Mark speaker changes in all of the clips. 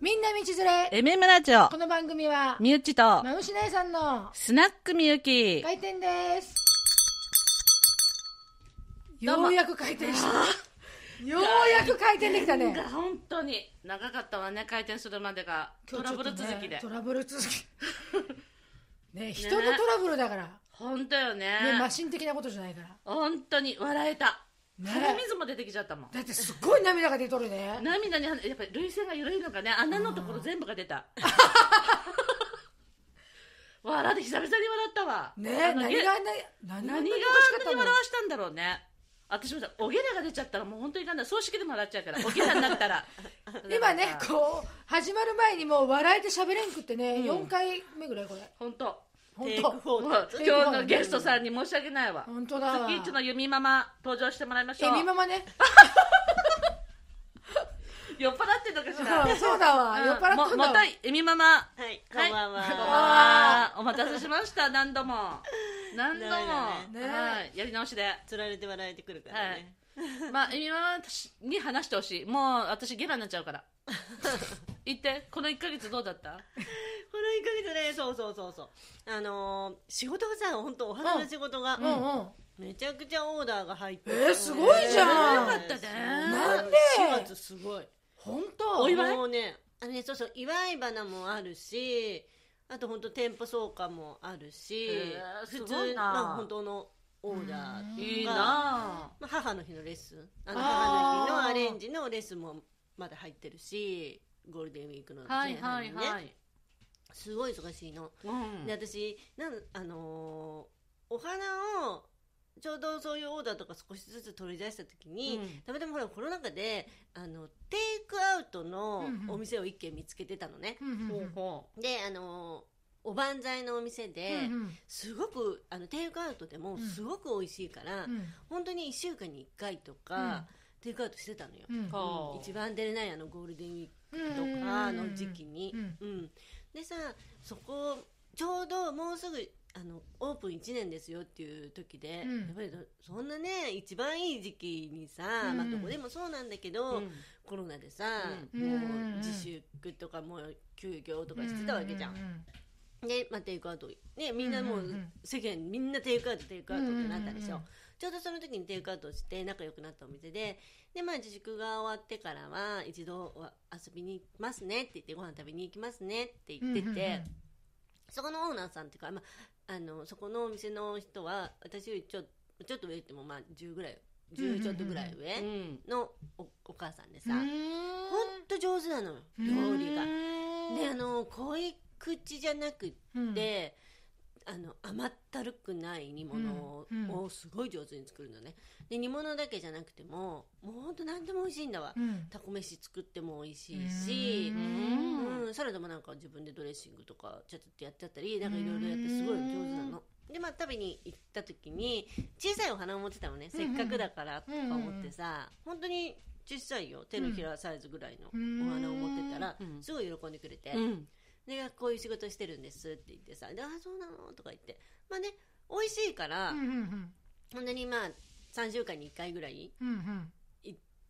Speaker 1: 南千鶴
Speaker 2: エメムラジオ
Speaker 1: こ、の番組は
Speaker 2: みゆきと、
Speaker 1: マムシ姉さんの
Speaker 2: スナックみゆき。
Speaker 1: 開店です
Speaker 2: どう
Speaker 1: よ
Speaker 2: も
Speaker 1: うやく開店したようやく開店できたね
Speaker 2: 本当に、長かったわね、開店するまでが。トラブル続
Speaker 1: 今
Speaker 2: き
Speaker 1: 日ちょっとね
Speaker 2: で
Speaker 1: ト。ラブル続き ね人のトラブルだから、ね
Speaker 2: 本当よね。
Speaker 1: マシン的なことじゃないから
Speaker 2: 本当に、笑えた。
Speaker 1: ね
Speaker 2: 鼻水も出てきちゃったもん。
Speaker 1: だってすっごい涙が出とるね
Speaker 2: 涙に、やっぱり涙腺が緩いのかね、穴のところ全部が出た。 笑って、久々に笑ったわ。
Speaker 1: ね
Speaker 2: あの
Speaker 1: 何が何
Speaker 2: げ何
Speaker 1: が
Speaker 2: があんなに
Speaker 1: 何が。
Speaker 2: 笑わしたんだろうね。私もさ、おげらが出ちゃったらもう本当になんだ、葬式でも笑っちゃうから、おげらになったら
Speaker 1: 今ねこう始まる前にもう笑えて喋れんくってね、
Speaker 2: うん
Speaker 1: 四4回目ぐらいこれ
Speaker 2: 本当
Speaker 1: 本
Speaker 3: テイク
Speaker 1: 当
Speaker 3: フォー
Speaker 1: テイクフォー
Speaker 2: 今日のゲストさんに申し訳ないわ
Speaker 1: 本当だわ
Speaker 2: 月一のゆみママ登場してもらいましょ
Speaker 1: え
Speaker 2: う
Speaker 1: みままね
Speaker 2: 酔っ払ってんのかしら、
Speaker 1: うん そうだわ、
Speaker 2: うん
Speaker 1: 酔っ払っとんだ
Speaker 2: ももた
Speaker 1: わ
Speaker 2: いえみママ
Speaker 3: はい、こんばんは。
Speaker 2: こんばんはお待たせしました何度も何度も
Speaker 3: ダメだ
Speaker 1: ねね
Speaker 2: はい、やり直しで
Speaker 3: 釣られて笑えてくるからね。
Speaker 2: まあえみママに話してほしいもう私ゲラになっちゃう から言ってこの1か月どうだった
Speaker 3: この1ヶ月ね、そうそうそうそう。あのー、仕事がさ、本当お花の仕事が、
Speaker 1: うんうん
Speaker 3: めちゃくちゃオーダーが入って
Speaker 1: えーすごいじゃん
Speaker 2: よかったね
Speaker 1: なんで
Speaker 3: ?4 月すごい。
Speaker 1: 本当
Speaker 2: お祝い
Speaker 3: もうね、あのね、そうそう、祝い花もあるし、あと本当店舗総価もあるし、
Speaker 2: えーす
Speaker 3: 普
Speaker 2: ごい
Speaker 3: 通、
Speaker 2: な
Speaker 3: まあ本当のオーダーって
Speaker 2: い
Speaker 3: い
Speaker 2: いう
Speaker 3: か
Speaker 2: な
Speaker 3: まあ、母の日のレッスンあの
Speaker 1: あー
Speaker 3: 母の日のアレンジのレッスンもまだ入ってるしゴールデンウィークの
Speaker 2: あはい
Speaker 3: 前
Speaker 2: は
Speaker 3: 半
Speaker 2: い
Speaker 3: にね、
Speaker 2: はい、
Speaker 3: すごい忙しいの、
Speaker 2: うん
Speaker 3: で私なんあのーお花をちょうどそういうオーダーとか少しずつ取り出した時に、
Speaker 2: うん
Speaker 3: たまたまほらコロナ禍であのテイクアウトの
Speaker 1: うんうん
Speaker 3: お店を一軒見つけてたのね、
Speaker 1: うんうん
Speaker 2: ほ
Speaker 1: う
Speaker 2: うんほ
Speaker 3: であのーおばんざいのお店で、
Speaker 1: うん
Speaker 3: すごくあのテイクアウトでもすごく美味しいから、
Speaker 1: うん
Speaker 3: 本当に1週間に1回とか、テイクアウトしてたのよ、
Speaker 1: うん
Speaker 2: か
Speaker 3: うん一番出れないあのゴールデンウィー
Speaker 1: うん
Speaker 3: クとかの時期に
Speaker 1: う、ん
Speaker 3: うんでさそこちょうどもうすぐあのオープン1年ですよっていう時で、
Speaker 1: うん
Speaker 3: やっぱりそそんなね一番いい時期にさ、
Speaker 1: うん
Speaker 3: まあ、どこでもそうなんだけ
Speaker 2: う、
Speaker 3: ど、
Speaker 2: うん
Speaker 3: コロナでさ、
Speaker 1: うん
Speaker 3: も
Speaker 1: うん
Speaker 3: う自粛とかもう休業とかしてたわけじゃん、で、まあ、テイクアウト、ね、みんな
Speaker 1: う
Speaker 3: も
Speaker 1: んうんう
Speaker 3: うん世間みんなテイクアウトテイクアウトってなったでしょ、
Speaker 1: うんうんうん
Speaker 3: ちょうどその時にテイクアウトして仲良くなったお店でで、まあ、自粛が終わってからは一度は遊びに行きますねって言ってご飯食べに行きますねって言ってて、そこのオーナーさんっていうか、まあ、あのそこのお店の人は私よりちょちょっと上って言ってもまあ10ぐらい10ちょっとぐらい上
Speaker 2: うん
Speaker 3: のおお母さんでさ、
Speaker 1: うん
Speaker 3: ほんと上手なのよ料理が。であの濃い口じゃなくて
Speaker 1: うん
Speaker 3: で、あの甘ったるくない煮物
Speaker 1: うんうん
Speaker 3: をすごい上手に作るのね、で煮物だけじゃなくてももうほんと何でも美味しいんだわ、
Speaker 1: うん
Speaker 3: タコ飯作っても美味しいし
Speaker 1: う、
Speaker 3: うんんサラダもなんか自分でドレッシングとかちょっとやっちゃったりなんかいろいろやってすごい上手なの。でまあ、食べに行った時に小さいお花を持ってたのねせっかくだからとか思ってさ、本当に小さいよ手のひらサイズぐらいのお花を持ってたら、
Speaker 2: うん
Speaker 3: すごい喜んでくれて、
Speaker 2: うん
Speaker 3: でこういう仕事してるんですって言ってさ「であーそうなの?」とか言ってまあね美味しいから、
Speaker 1: うんうん
Speaker 3: ほんとにまあ3週間に1回ぐらい
Speaker 1: うんうん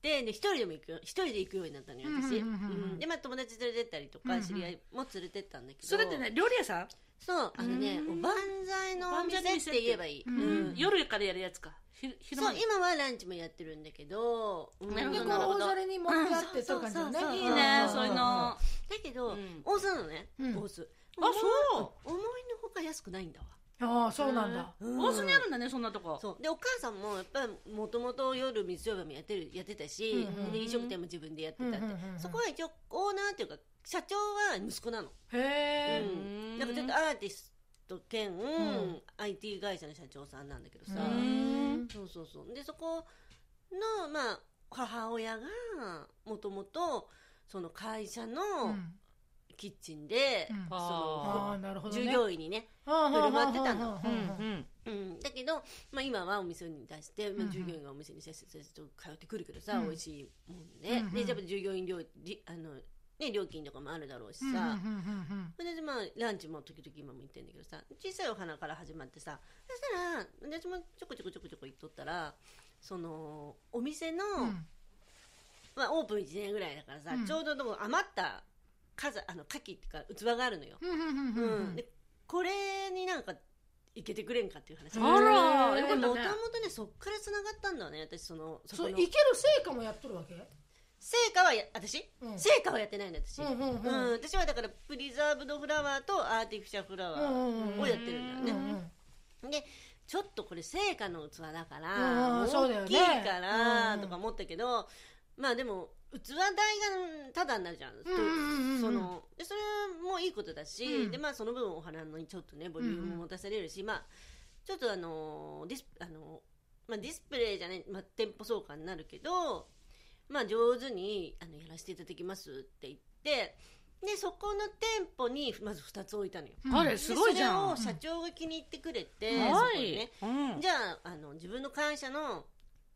Speaker 3: でで一人でも行くよ一人で行くようになったのよ私、
Speaker 1: うんうんうんうん
Speaker 3: うんでまあ友達連れてったりと
Speaker 1: うんう
Speaker 3: か
Speaker 1: ん
Speaker 3: 知り合いも連れてったんだけど
Speaker 2: それってね料理屋さん
Speaker 3: そうあのね
Speaker 2: う
Speaker 3: お
Speaker 2: ん
Speaker 3: ばんざいのお店って言えばいい、
Speaker 1: う
Speaker 3: うんん
Speaker 2: 夜からやるやつかひ昼
Speaker 3: そ
Speaker 2: 間
Speaker 3: う
Speaker 2: に
Speaker 3: 今はランチもやってるんだけど、うん
Speaker 2: なるほ
Speaker 1: で
Speaker 2: ど
Speaker 1: こ
Speaker 2: なるほ
Speaker 1: う
Speaker 2: ど
Speaker 1: 大ざれに持ってあって
Speaker 3: うん
Speaker 1: という感じだ
Speaker 3: そうそう
Speaker 1: ね
Speaker 3: そう
Speaker 2: いいね
Speaker 3: ん
Speaker 2: そういうの
Speaker 3: だけど、
Speaker 2: うん
Speaker 3: 大須なのね、
Speaker 1: うん
Speaker 3: 大須あ
Speaker 2: そ
Speaker 3: 思いのほか安くないんだわ
Speaker 1: ああそうなんだ
Speaker 3: うん
Speaker 2: 大須にあるんだねそんなとこ
Speaker 3: そうでお母さんもやっぱりもともと夜水曜日もやってるやってたし、
Speaker 1: うんうん
Speaker 3: で飲食店も自分でやってたって、
Speaker 1: うんうんうんうん
Speaker 3: そこは一応オーナーっていうか社長は息子なの、
Speaker 1: へえ
Speaker 3: うんなんかちょっとアーティスト兼、
Speaker 1: ん
Speaker 3: IT 会社の社長さんなんだけどさ、
Speaker 2: うん
Speaker 3: そうそうそうでそこの、まあ、母親がもともとその会社のキッチンで、
Speaker 1: うん
Speaker 3: そ
Speaker 1: あ
Speaker 3: の
Speaker 1: あなるほどね
Speaker 3: 従業員にね
Speaker 1: 振
Speaker 3: 振る舞ってたの
Speaker 2: うんうん
Speaker 3: うん、だけど、まあ、今はお店に出して、
Speaker 1: うん
Speaker 3: ま
Speaker 1: うん
Speaker 3: あ、従業員がお店にせっせせっせと通ってくるけどさ、
Speaker 1: うん
Speaker 3: 美味しいもん
Speaker 1: う
Speaker 3: ね、
Speaker 1: んうん
Speaker 3: でやっぱ従業員料りあの、ね、料金とかもあるだろうしさ、それでまあランチも時々今も行ってんだけどさ小さいお花から始まってさそしたら私もちょこちょこちょこちょこ行っとったらそのお店の、まあ、オープン1年ぐらいだからさ、
Speaker 1: うん
Speaker 3: ちょうどでも余った数あの牡蠣っていうか器があるのよ、
Speaker 1: うんうんうん
Speaker 3: う
Speaker 1: うんんうん
Speaker 3: でこれになんかいけてくれんかっていう話
Speaker 1: あら
Speaker 2: あらよか
Speaker 3: もと
Speaker 2: った
Speaker 3: もと
Speaker 2: ね
Speaker 3: ねそっからつながったんだよね私そのそ
Speaker 1: そう
Speaker 3: こ
Speaker 1: い
Speaker 3: の
Speaker 1: ける成果もやっとるわけ
Speaker 3: 成果はや私、
Speaker 1: うん
Speaker 3: 成果はやってないの私、
Speaker 1: うんうんう
Speaker 3: う
Speaker 1: ん
Speaker 3: ん、私はだからプリザーブドフラワーとアーティフィシャルフラワ
Speaker 1: うん
Speaker 3: ー
Speaker 1: うんうん
Speaker 3: をやってるんだ
Speaker 1: う
Speaker 3: よね、
Speaker 1: んうん
Speaker 3: でちょっとこれ成果の器だか
Speaker 1: うん
Speaker 3: ら、
Speaker 1: うんそうだよね
Speaker 3: 大きいから
Speaker 1: うん
Speaker 3: とか思ったけど、まあでも器代がただになるじゃん、
Speaker 1: うんうんうん
Speaker 3: そのでそれもいいことだし、
Speaker 1: うん
Speaker 3: でまあ、その分お花にちょっとねボリュームも持たされるし、まあ、ちょっとあのーディスあのーまあ、ディスプレイじゃない、まあ、店舗総価になるけど、まあ、上手にあのやらせていただきますって言ってでそこの店舗にまず2つ置いたのよ。
Speaker 1: うん
Speaker 2: あれすごいじゃん
Speaker 3: でそれを社長が気に入ってくれて、
Speaker 1: うん
Speaker 3: そ
Speaker 2: は
Speaker 3: こに
Speaker 2: い
Speaker 3: ね、
Speaker 2: うん
Speaker 3: じゃああの自分の会社の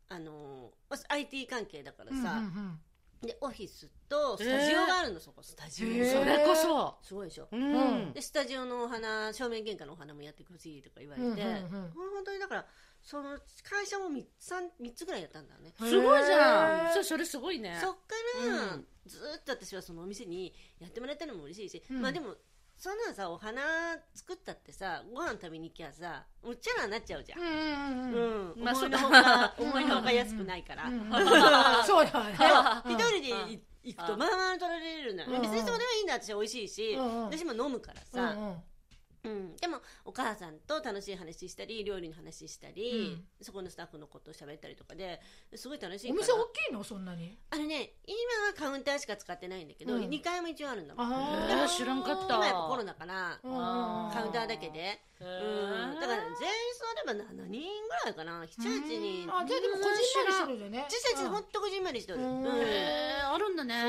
Speaker 3: あのまあ IT 関係だから
Speaker 1: うんうん
Speaker 3: さ、
Speaker 1: うん
Speaker 3: でオフィスとスタジオがあるの、そこスタジオ、
Speaker 1: へー
Speaker 2: それこそ
Speaker 3: すごいでしょ
Speaker 2: うん
Speaker 1: うん
Speaker 3: でスタジオのお花正面玄関のお花もやってほしいとか言われて、
Speaker 1: うんうんうん
Speaker 3: 本当にだからその会社も 3, 三つぐらいやったんだよね、
Speaker 2: すごいじ
Speaker 1: へ
Speaker 2: ゃ
Speaker 1: ー
Speaker 2: んそそれすごいね
Speaker 3: そっから、
Speaker 2: うん
Speaker 3: ずーっと私はそのお店にやってもらえたのも嬉しいし、
Speaker 1: うん
Speaker 3: まあでもそんなさお花作ったってさご飯食べに行きゃさうっちゃらになっちゃうじゃん
Speaker 1: うんうんうん
Speaker 3: うん
Speaker 2: まあ
Speaker 3: 思いの
Speaker 2: そ
Speaker 3: ほ
Speaker 2: う
Speaker 3: か思いのほか安くないから、
Speaker 1: う
Speaker 3: で
Speaker 1: んうんそうだよ
Speaker 3: 一
Speaker 1: ね
Speaker 3: 人でい行くと
Speaker 2: うん
Speaker 3: まあまあ取られるのよ、
Speaker 1: うん
Speaker 3: 別にそれはいいんだ私は美味しいし、
Speaker 1: うんうん
Speaker 3: 私も飲むか
Speaker 1: う
Speaker 3: ら
Speaker 1: ん
Speaker 3: さ、
Speaker 1: うん
Speaker 3: うんでもお母さんと楽しい話したり料理の話したり、そこのスタッフのことを喋ったりとかですごい楽しい
Speaker 1: お
Speaker 3: から
Speaker 1: 店大きいのそんなに
Speaker 3: あのね今はカウンターしか使ってないんだけど、
Speaker 1: うん
Speaker 3: 2階も一応あるんだもん
Speaker 1: あ
Speaker 2: ー知らんかった
Speaker 3: 今やっぱコロナから
Speaker 1: うんうんうん
Speaker 3: カウンターだけで、
Speaker 2: へ
Speaker 3: うん
Speaker 2: ー
Speaker 3: だから全員座れば7人ぐらいかな78
Speaker 1: あ
Speaker 3: 人
Speaker 1: じゃあでもこじんまりしてるよね
Speaker 3: 実際ほんとこじんまりしてる、
Speaker 1: うん
Speaker 3: うんで
Speaker 2: へーあるんだね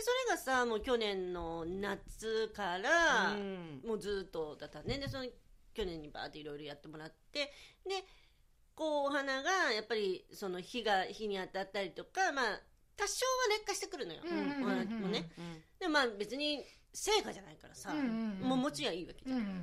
Speaker 3: それがさもう去年の夏から、
Speaker 2: うん
Speaker 3: もうずっとだったねでその去年にバーっていろいろやってもらってでこうお花がやっぱりその火が火に当たったりとかまあ多少は劣化してくるのよ、
Speaker 1: うんうんうん
Speaker 3: お花もね
Speaker 2: うん
Speaker 3: でもまあ別に成果じゃないからさ、
Speaker 1: うんうんうん
Speaker 3: もう持ちはいいわけ
Speaker 1: う
Speaker 3: じゃ
Speaker 1: ん
Speaker 3: ん、
Speaker 1: う
Speaker 3: で
Speaker 1: ん
Speaker 3: や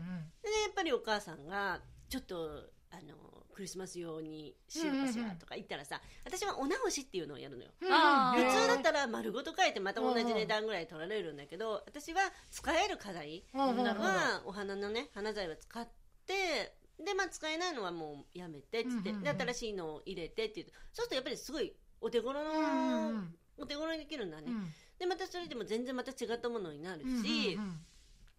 Speaker 3: っぱりお母さんがちょっとあのクリスマス用にしようかしらとか言ったらさ、私はお直しっていうのをやるのよ
Speaker 1: うん
Speaker 2: あー
Speaker 3: 普
Speaker 1: へー
Speaker 3: 通だったら丸ごと書いてまた同じ値段ぐらい取られるんだけど私は使える飾り
Speaker 1: うんうんうん
Speaker 3: はお花のね花材は使ってでまあ使えないのはもうやめてっつって、
Speaker 1: うんうんうん
Speaker 3: で新しいのを入れてっていうそうするとやっぱりすごいお手頃の、
Speaker 1: うんうん
Speaker 3: お手頃にできるんだね、
Speaker 1: うん
Speaker 3: でまたそれでも全然また違ったものになるし、
Speaker 1: うんうん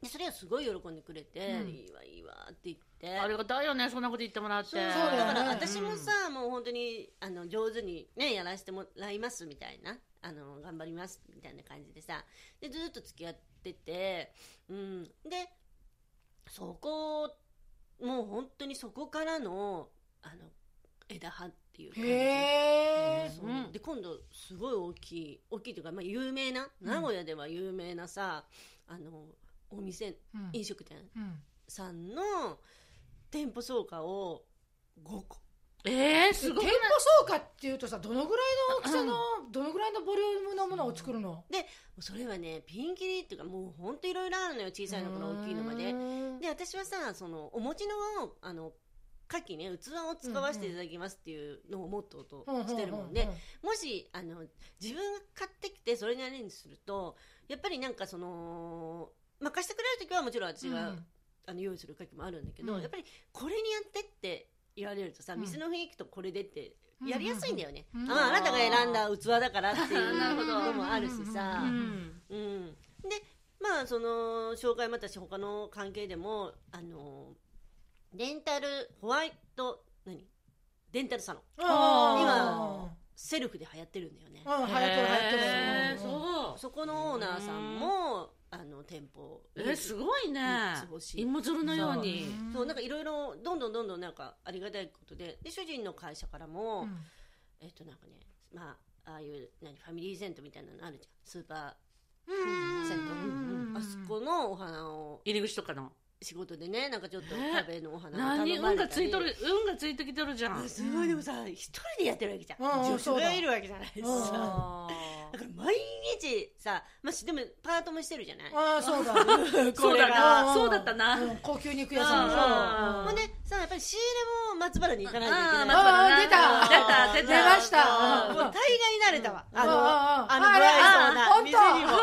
Speaker 3: でそれはすごい喜んでくれて、
Speaker 1: うん
Speaker 3: いいわいいわって言って
Speaker 2: ありがたいよねそんなこと言ってもらって
Speaker 3: そ
Speaker 1: そ
Speaker 3: う
Speaker 1: うだよね
Speaker 3: だから私もさ、もう本当にあの上手にねやらせてもらいますみたいなあの頑張りますみたいな感じでさでずっと付き合ってて、うん、でそこもう本当にそこからのあの枝葉っていう感じ。
Speaker 1: へ
Speaker 3: そう
Speaker 2: うん
Speaker 3: で今度すごい大きい大きいというか、まあ、有名な名古屋では有名なさ、あのお店
Speaker 1: ー
Speaker 3: 飲食店
Speaker 1: うん
Speaker 3: さんの店舗総価を5個
Speaker 2: えーすごい
Speaker 1: 店舗総価っていうとさどのぐらいの大きさのどのぐらいのボリュームのものを作るの
Speaker 3: それはねピンキリっていうかもうほんといろいろあるのよ小さいのから大きいのまで
Speaker 1: うん
Speaker 3: で私はさそのお餅のあの牡蠣ね器を使わせていただきますっていうのをモットー
Speaker 1: うんうんうん
Speaker 3: としてるもんでもしあの自分が買ってきてそれにアレンジするとやっぱりなんかそのまあ貸してくれる時はもちろん私が、
Speaker 1: うん
Speaker 3: あの用意する牡蠣もあるんだけど、
Speaker 1: うん
Speaker 3: やっぱりこれにやってって言われるとさ
Speaker 1: うん
Speaker 3: 店の雰囲気とこれでって
Speaker 1: うん
Speaker 3: やりやすいんだよね、
Speaker 1: うん
Speaker 3: あああなたが選んだ器だからってい
Speaker 2: なる
Speaker 3: う
Speaker 2: ほど
Speaker 3: のもあるし
Speaker 1: う
Speaker 3: さ、
Speaker 1: ん
Speaker 3: うん、でまあその紹介もあったし他の関係でもあのレンタルホワイト何デンタルサロン
Speaker 1: あ
Speaker 3: セルフで流行ってるんだよね
Speaker 1: ーうん流行ってる流行ってるう
Speaker 2: へー
Speaker 1: ん
Speaker 2: そう
Speaker 3: そこのオーナーさんもあの店舗
Speaker 2: えーすごいね
Speaker 3: 三つ星
Speaker 2: 芋づるのように
Speaker 1: ん
Speaker 3: そうなんかいろいろどんどんどんどんなんかありがたいことでで主人の会社からも、
Speaker 1: うん
Speaker 3: えっとなんかねまあああいう何ファミリーセントみたいなのあるじゃんスーパーセント、
Speaker 1: うん
Speaker 3: あそこのお花を
Speaker 2: 入り口とかの
Speaker 3: 仕事でねなんかちょっと
Speaker 2: え
Speaker 3: 壁のお花を
Speaker 2: 何
Speaker 3: 頼ま
Speaker 2: 運
Speaker 3: れた
Speaker 2: が
Speaker 3: り
Speaker 2: ついとる運がついてきてるじゃん
Speaker 3: あすごいでもさ一人でやってるわけじゃん
Speaker 1: うんうん
Speaker 3: 女
Speaker 1: そ
Speaker 3: 子
Speaker 1: うだ
Speaker 3: がいるわけじゃないし
Speaker 1: うん
Speaker 3: さ
Speaker 2: あ
Speaker 3: だから毎日さまあしでもパートもしてるじゃない
Speaker 1: ああそうだ
Speaker 2: ーそうだなそうだったな
Speaker 1: うん高級肉屋さん
Speaker 3: そう
Speaker 1: さ
Speaker 2: あー
Speaker 3: ほんでさやっぱりから仕入れも松原に行かないといけ
Speaker 2: あ
Speaker 3: な
Speaker 2: ー
Speaker 3: い
Speaker 2: ま
Speaker 1: あ
Speaker 2: あ
Speaker 1: 出た
Speaker 2: 出た出
Speaker 1: 出
Speaker 2: た
Speaker 1: ました
Speaker 3: も
Speaker 1: う
Speaker 3: うん大概慣れたわ。あ
Speaker 1: あ
Speaker 3: の、
Speaker 1: あ
Speaker 3: あ
Speaker 1: ああ
Speaker 3: の、ブライトな
Speaker 1: あ
Speaker 3: 店にも。
Speaker 1: や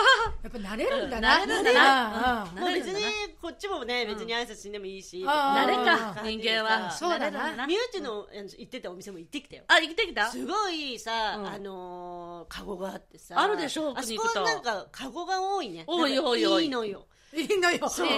Speaker 1: っぱ慣れるんだな。
Speaker 2: 慣れるんだな
Speaker 1: うん
Speaker 2: うん
Speaker 3: もう別
Speaker 2: 慣れるんだ
Speaker 3: に、こっちもね、別に挨拶しんでもいいし。
Speaker 1: んあ
Speaker 2: 慣
Speaker 1: ー
Speaker 2: れ
Speaker 1: あ
Speaker 2: か
Speaker 3: 感
Speaker 2: 人
Speaker 3: じで
Speaker 2: 間
Speaker 3: さ
Speaker 2: は
Speaker 1: そうだな
Speaker 2: 慣れる
Speaker 3: ミュージのあの行ってたお店も行ってきたよ。
Speaker 2: あ生きてきた
Speaker 3: すごいさ、
Speaker 2: うん
Speaker 3: あのー、カゴがあってさ。
Speaker 2: あるでしょ
Speaker 3: あ
Speaker 2: 奥
Speaker 3: そ
Speaker 2: に
Speaker 3: こ
Speaker 2: 行くと
Speaker 3: なんか、カゴが多いね。
Speaker 2: 多い
Speaker 3: なんか
Speaker 2: 多い多い
Speaker 3: いいのよ。
Speaker 1: いいのよ。
Speaker 3: そう。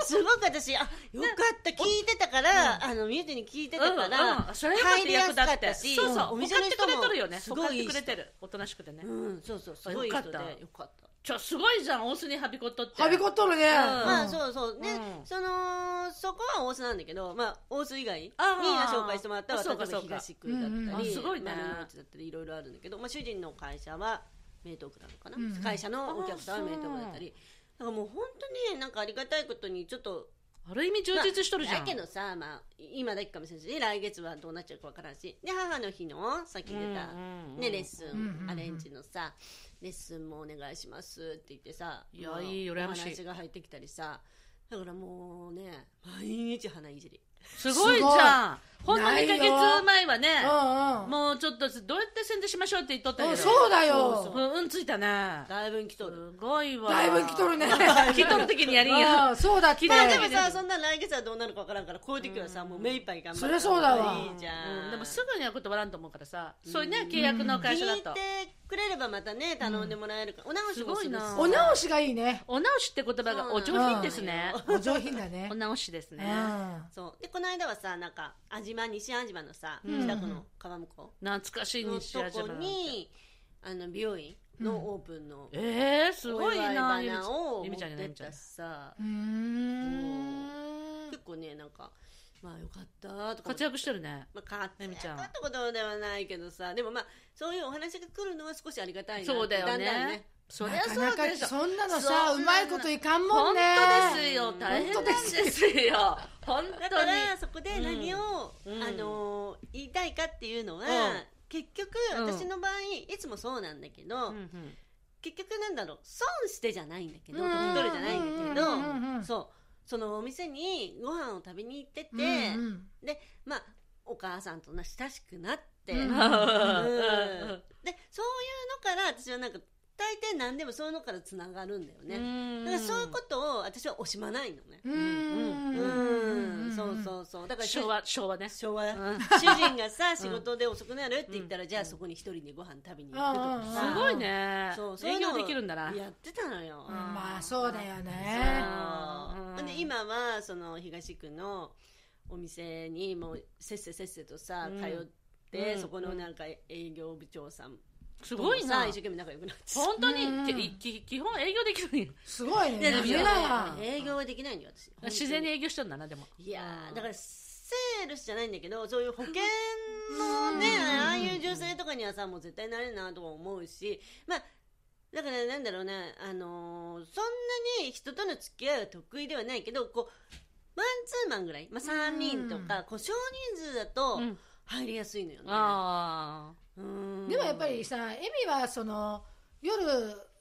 Speaker 3: すごく私、あ、よかった、聞いてたから、あの、ミュージに聞いてたか
Speaker 2: うん
Speaker 3: ら、
Speaker 2: うんそれよかった
Speaker 3: 入りやすかったし、
Speaker 2: そうそう
Speaker 3: お
Speaker 2: お
Speaker 3: 店
Speaker 2: 店の
Speaker 3: の人
Speaker 2: 人
Speaker 3: も
Speaker 2: もるよね
Speaker 3: すごいいい
Speaker 2: く
Speaker 3: 人
Speaker 2: れてるおとなしくてね
Speaker 3: うん、そうそう、すごい人で、
Speaker 2: よ
Speaker 3: よ
Speaker 2: かった
Speaker 3: かった。
Speaker 2: ちょすごいじゃん大須にはびこっとって
Speaker 1: はびこっとるね。
Speaker 2: うん
Speaker 3: まあそうそうね、
Speaker 2: うん
Speaker 3: そのそこは大須なんだけど、まあ、大須以外に
Speaker 2: あー
Speaker 3: 今紹介してもらった
Speaker 2: あ
Speaker 3: は例
Speaker 2: そ
Speaker 3: え
Speaker 2: うか
Speaker 3: ば
Speaker 2: そうか
Speaker 3: 東区だ
Speaker 1: うんうん
Speaker 3: った
Speaker 1: あ
Speaker 3: り、
Speaker 2: すごいね
Speaker 3: 丸の内だったりいろいろあるんだけど、まあ、主人の会社は名東区なのかな、
Speaker 1: うんうん
Speaker 3: 会社のお客さんは名東区だったりだからもう本当になんかありがたいことにちょっと
Speaker 2: ある意味充実しとるじゃん、
Speaker 3: だけどさ、まあ、今だけかもしれないし、ね、来月はどうなっちゃうかわからんしで母の日のさっき出た、ね、レッスン、
Speaker 1: うんうんうん
Speaker 3: アレンジのさレッスンもお願いしますって言ってさ
Speaker 2: いや
Speaker 3: もう
Speaker 2: いい羨ましい
Speaker 3: お話が入ってきたりさだからもうね毎日鼻いじり
Speaker 2: すごいじゃん
Speaker 1: ご
Speaker 2: ほ
Speaker 1: い
Speaker 2: んの2
Speaker 1: ない
Speaker 2: ヶ
Speaker 1: よ
Speaker 2: 月前はね
Speaker 1: うんうん。
Speaker 2: もうちょっとどうやって宣伝しましょうって言っとったけ
Speaker 1: うん
Speaker 2: ど
Speaker 1: そうだ
Speaker 3: そう
Speaker 1: よ。
Speaker 2: うんうんついたね
Speaker 3: だいぶん来とる、
Speaker 2: すごいわ
Speaker 1: だいぶ来とるね
Speaker 2: 来とる時にやりん
Speaker 1: あ
Speaker 2: や
Speaker 1: あそうだって。
Speaker 3: まあでも
Speaker 2: ね
Speaker 3: さそんな来月はどうなるかわからんからこういう時はさ、もう目いっぱい頑張って
Speaker 1: そりゃそうだわ
Speaker 3: いいじゃん、
Speaker 2: うんでもすぐには断らんと思うからさそういうね契約の
Speaker 3: 聞
Speaker 2: 会
Speaker 3: い
Speaker 2: 社だ
Speaker 3: て
Speaker 2: と
Speaker 3: くれればまたね頼んでもらえるから、お直しも
Speaker 2: すご
Speaker 3: するし
Speaker 2: いな
Speaker 1: お直しがいいね。
Speaker 2: お直しって言葉がお上品ですね
Speaker 3: そう
Speaker 1: お上品だね
Speaker 2: お。直しです
Speaker 1: う
Speaker 2: ね
Speaker 1: ん。
Speaker 3: そうでこの間はさなんか安島西安島のさ
Speaker 1: うん
Speaker 3: 北区の川向こ
Speaker 2: 懐かし
Speaker 3: う
Speaker 2: い
Speaker 3: の
Speaker 2: 西
Speaker 3: と
Speaker 2: アジア
Speaker 3: こ
Speaker 2: 版
Speaker 3: にあの美容院のオープンの
Speaker 2: えー、す
Speaker 3: お
Speaker 2: ごい
Speaker 3: 祝い
Speaker 2: なゆみ
Speaker 3: 花を
Speaker 2: ゆみ
Speaker 3: 持っ
Speaker 2: ちゃんじゃ
Speaker 3: て
Speaker 2: ない
Speaker 3: っ
Speaker 2: みちゃん
Speaker 3: たしさ
Speaker 1: うーん。
Speaker 3: 結構ねなんかまあよかったとか
Speaker 2: 活躍してるね
Speaker 3: まあ、買って
Speaker 2: ねみちゃん
Speaker 3: 買ったことではないけどさでもまあそういうお話が来るのは少しありがたいなって
Speaker 2: そうだよね
Speaker 3: んだん
Speaker 2: そり
Speaker 1: な
Speaker 2: ゃ
Speaker 1: か
Speaker 2: そ
Speaker 1: な
Speaker 2: うでし
Speaker 1: か
Speaker 2: ょ
Speaker 1: そんなのさ
Speaker 2: そう
Speaker 1: うまいこといかんも
Speaker 2: 本
Speaker 1: んね。
Speaker 2: 当ですよ大変なんですよ本当
Speaker 3: だ
Speaker 2: に
Speaker 3: からそこで何を、
Speaker 2: うん
Speaker 3: あのー言いたいかっていうのは、
Speaker 2: うん
Speaker 3: 結局
Speaker 2: うん
Speaker 3: 私の場合いつもそうなんだけど、
Speaker 2: うんうん
Speaker 3: 結局なんだろう損してじゃないんだけど
Speaker 2: うん
Speaker 3: 得取るじゃないんだけど、
Speaker 1: うんうんうんうん
Speaker 3: そうそのお店にご飯を食べに行ってて、
Speaker 1: うんうん
Speaker 3: まあお母さんとな親しくなって、
Speaker 1: うん
Speaker 3: うん
Speaker 1: うん
Speaker 3: で
Speaker 1: うん
Speaker 3: そういうのから私はなんか大抵何でもそういうのからつながるんだよね、だからそういうことを私は惜しまないのね
Speaker 1: う
Speaker 3: うんん、そう
Speaker 1: う。
Speaker 3: そうそうだから
Speaker 2: 昭和昭和ね
Speaker 3: 昭和
Speaker 2: うん
Speaker 3: 主人がさ仕事で遅くなるって言ったら、じゃあそこに一人でご飯食べに行くとか
Speaker 1: うん
Speaker 3: さ
Speaker 2: すごいね
Speaker 3: そうそうい
Speaker 2: 営
Speaker 3: うの
Speaker 2: 業できるんだな
Speaker 3: やってたのよ、
Speaker 2: うん
Speaker 1: まあそうだよね。
Speaker 3: そう
Speaker 2: うん
Speaker 3: で今はその東区のお店にもうせっせせっせとさ
Speaker 2: うん
Speaker 3: 通って、
Speaker 2: うん
Speaker 3: そこのなんか営業部長さん
Speaker 2: すごい
Speaker 3: とも
Speaker 2: な
Speaker 3: さ一生懸命仲良くなってさ
Speaker 2: 本当
Speaker 1: うん
Speaker 2: にきき基本営業できるんよ
Speaker 1: すごいね。
Speaker 3: で
Speaker 1: な
Speaker 3: も
Speaker 1: めなや。
Speaker 3: 営業はできないんだよ私
Speaker 2: 自然に営業してるんだなでも
Speaker 3: いや
Speaker 2: う
Speaker 3: ー
Speaker 2: ん
Speaker 3: だからセールスじゃないんだけどそういう保険のね
Speaker 1: うん
Speaker 3: ああいう女性とかにはさもう絶対なれるなとか思うしまあだからなんだろうねあのーそんなに人との付き合いは得意ではないけどこうマンツーマンぐらい、まあ、3人とか、こう少人数だと
Speaker 2: うん
Speaker 3: 入りやすいのよね、
Speaker 2: あ
Speaker 3: うん
Speaker 1: でもやっぱりさ、エミはその夜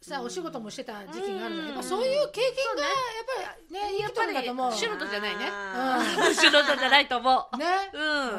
Speaker 1: さ、お仕事もしてた時期があるの
Speaker 2: うん
Speaker 1: やっぱそういう経験がやっぱりね、生きとるんだと思う。
Speaker 2: やっぱり仕事じゃないね
Speaker 3: あー
Speaker 1: うん
Speaker 2: あ 仕事じゃないと思う
Speaker 1: ね。
Speaker 2: うん
Speaker 1: う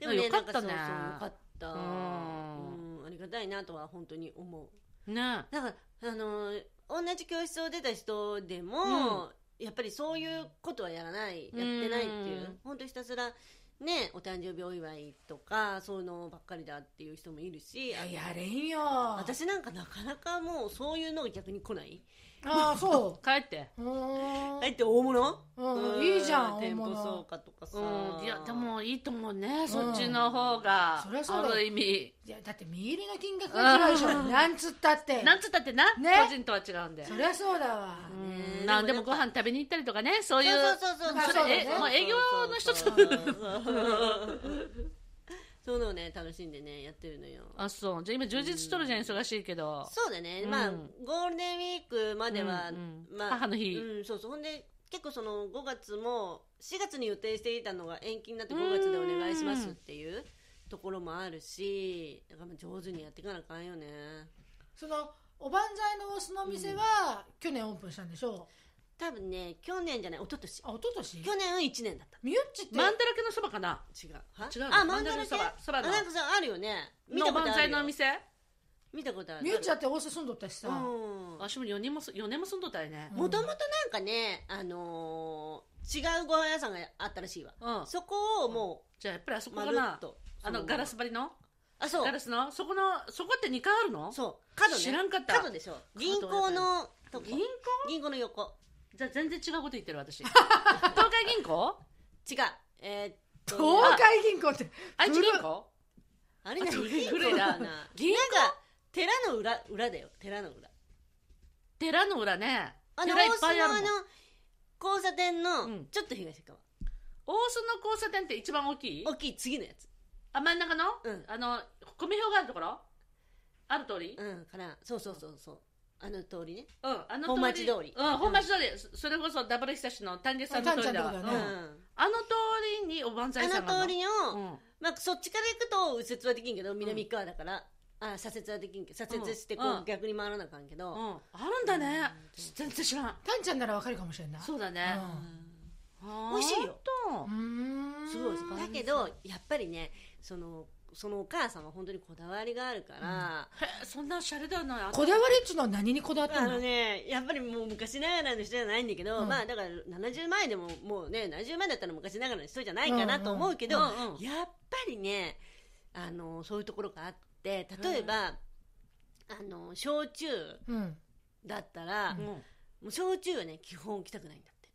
Speaker 3: でもね
Speaker 2: よかった
Speaker 3: なんそうそう
Speaker 2: ね
Speaker 3: よかった
Speaker 2: う
Speaker 3: うんありがたいなとは本当に思う
Speaker 2: ね
Speaker 3: だからあのー同じ教室を出た人でも、やっぱりそういうことはやらないやってないってい
Speaker 2: う
Speaker 3: う、
Speaker 2: ん
Speaker 3: 本当ひたすらねお誕生日お祝いとかそういうのばっかりだっていう人もいるし
Speaker 1: ん。いや、
Speaker 3: あ
Speaker 1: や
Speaker 3: の
Speaker 1: れんよ。
Speaker 3: 私なんかなかなかもうそういうのが逆に来ない
Speaker 1: ああ、そ
Speaker 2: 帰って
Speaker 1: う。うーん
Speaker 3: だって大物
Speaker 1: うんいいじゃん
Speaker 3: 店
Speaker 1: 大
Speaker 3: 舗
Speaker 1: 物
Speaker 3: そうかとかさ、
Speaker 2: うんいやでもいいと思うねそっちの方が
Speaker 1: そりゃそうだよ
Speaker 2: ある意味
Speaker 1: いや、だって、見入りの金額が違うでしょ。
Speaker 2: うん
Speaker 1: なんつったって。
Speaker 2: なんつったってな
Speaker 1: ね
Speaker 2: 個人とは違うんで
Speaker 1: そりゃそうだわ。
Speaker 2: うんなんでもご飯食べに行ったりとかねそういう
Speaker 3: そうそうそう
Speaker 1: まあ
Speaker 3: そう
Speaker 1: そうだね
Speaker 3: え
Speaker 1: もう
Speaker 2: 営業の一つ
Speaker 3: そうそうそうそういうのをね楽しんでねやってるのよ
Speaker 2: あそうじゃあ今充実しとるじゃん忙しいけど
Speaker 3: そうだね、
Speaker 2: うん
Speaker 3: まあゴールデンウィークまでは、
Speaker 2: うんうん
Speaker 3: まあ、
Speaker 2: 母の日
Speaker 3: うん、そうそうほんで結構その5月も4月に予定していたのが延期になって5月でお願いしますっていうところもあるしだからまあ上手にやっていかなあかんよね
Speaker 1: その、おばんざいのお酢の店は、去年オープンしたんでしょ
Speaker 3: 多分ね去年じゃない一昨年
Speaker 1: あ、一昨年
Speaker 3: 去年1年だった
Speaker 1: ミュッチって、
Speaker 2: マンだらけのそばかな
Speaker 3: 違う
Speaker 2: 違うの
Speaker 3: あ
Speaker 2: マ
Speaker 3: マ
Speaker 2: ン
Speaker 3: ン
Speaker 2: ダ
Speaker 3: ダ
Speaker 2: ラ
Speaker 3: ラ
Speaker 2: ケ
Speaker 3: 系
Speaker 2: そば
Speaker 3: あ
Speaker 2: の
Speaker 3: なんかさあるよね見
Speaker 2: の
Speaker 3: たこ
Speaker 2: 万
Speaker 3: とあ
Speaker 2: 歳
Speaker 3: る
Speaker 2: の
Speaker 3: よ
Speaker 2: お店
Speaker 3: 見たことある
Speaker 1: ミュッチだって大阪住んどったしさ。
Speaker 3: うん
Speaker 2: 私も4年もす四年も住んどったよね
Speaker 3: もともとなんかね、あのー違うご飯屋さんがあったらしいわ、
Speaker 2: うん
Speaker 3: そこをも
Speaker 2: じゃあやっぱりあそうこ
Speaker 3: ま
Speaker 2: か
Speaker 3: る
Speaker 2: な
Speaker 3: っと
Speaker 2: あの
Speaker 3: そ
Speaker 2: ガラス張りの
Speaker 3: あそう
Speaker 2: ガラスのそこのそこって2階あるの
Speaker 3: そう角ね
Speaker 2: 知らんかった
Speaker 3: 角でしょ銀行のとこ
Speaker 2: 銀行
Speaker 3: 銀行の横
Speaker 2: じゃあ全然違うこと言ってる私東海銀行
Speaker 3: 違うえーっと
Speaker 1: 東海銀行って、
Speaker 2: 愛知銀行
Speaker 3: ああれ何銀
Speaker 2: 古い
Speaker 3: 行
Speaker 2: な
Speaker 3: だな
Speaker 2: 銀行
Speaker 3: なんか寺の裏裏だよ寺の裏
Speaker 2: 寺の裏ね
Speaker 3: あの
Speaker 2: 寺いっ
Speaker 3: 大
Speaker 2: ぱいある
Speaker 3: 島
Speaker 2: もん
Speaker 3: の交差点
Speaker 2: う
Speaker 3: の
Speaker 2: ん
Speaker 3: ちょっと東側、
Speaker 2: 大須の交差点って一番大きい
Speaker 3: 大きい次のやつ
Speaker 2: あ真ん中の
Speaker 3: うん
Speaker 2: あの米表があるところある通り
Speaker 3: うんかなそうそうそうそうあの通りね
Speaker 2: うんあの
Speaker 3: 本町通り
Speaker 2: うん本町通りそそれこそダブル久しの丹下さんの通りだわ
Speaker 1: あ丹下の
Speaker 3: うん、
Speaker 1: とこだ
Speaker 2: うんあの通りにおばんざいさ
Speaker 3: あ
Speaker 2: んがあ
Speaker 3: の通
Speaker 2: るの
Speaker 3: りを、
Speaker 2: うん
Speaker 3: まあ、そっちから行くと右折はできんけど南側だから、あ左折はできんけど左折してこう、
Speaker 2: うん
Speaker 3: 逆に回らなあかんけど、
Speaker 2: うん、あるんだね全然知らん
Speaker 1: タンちゃんならわかるかもしれんない。
Speaker 2: そうだね
Speaker 1: うん
Speaker 2: 美
Speaker 3: 美味しいよ
Speaker 1: うーん。
Speaker 3: すごいです
Speaker 2: うん
Speaker 3: だけどやっぱりねそのそのお母さんは本当にこだわりがあるから、
Speaker 2: へそんなシャレだよな
Speaker 1: こだわりっちゅうのは何にこだわった
Speaker 3: あ
Speaker 1: の
Speaker 3: のねやっぱりもう昔ながらの人じゃないんだけど、
Speaker 1: うん
Speaker 3: まあだから70前でももうね70前だったら昔ながらの人じゃないかなと思うけど、
Speaker 2: うんうんうん
Speaker 3: やっぱりねあのそういうところがあって例えば、あの焼酎
Speaker 1: うん。
Speaker 3: だったら、
Speaker 1: うん
Speaker 2: うん
Speaker 3: もう焼酎はね基本来たくないんだって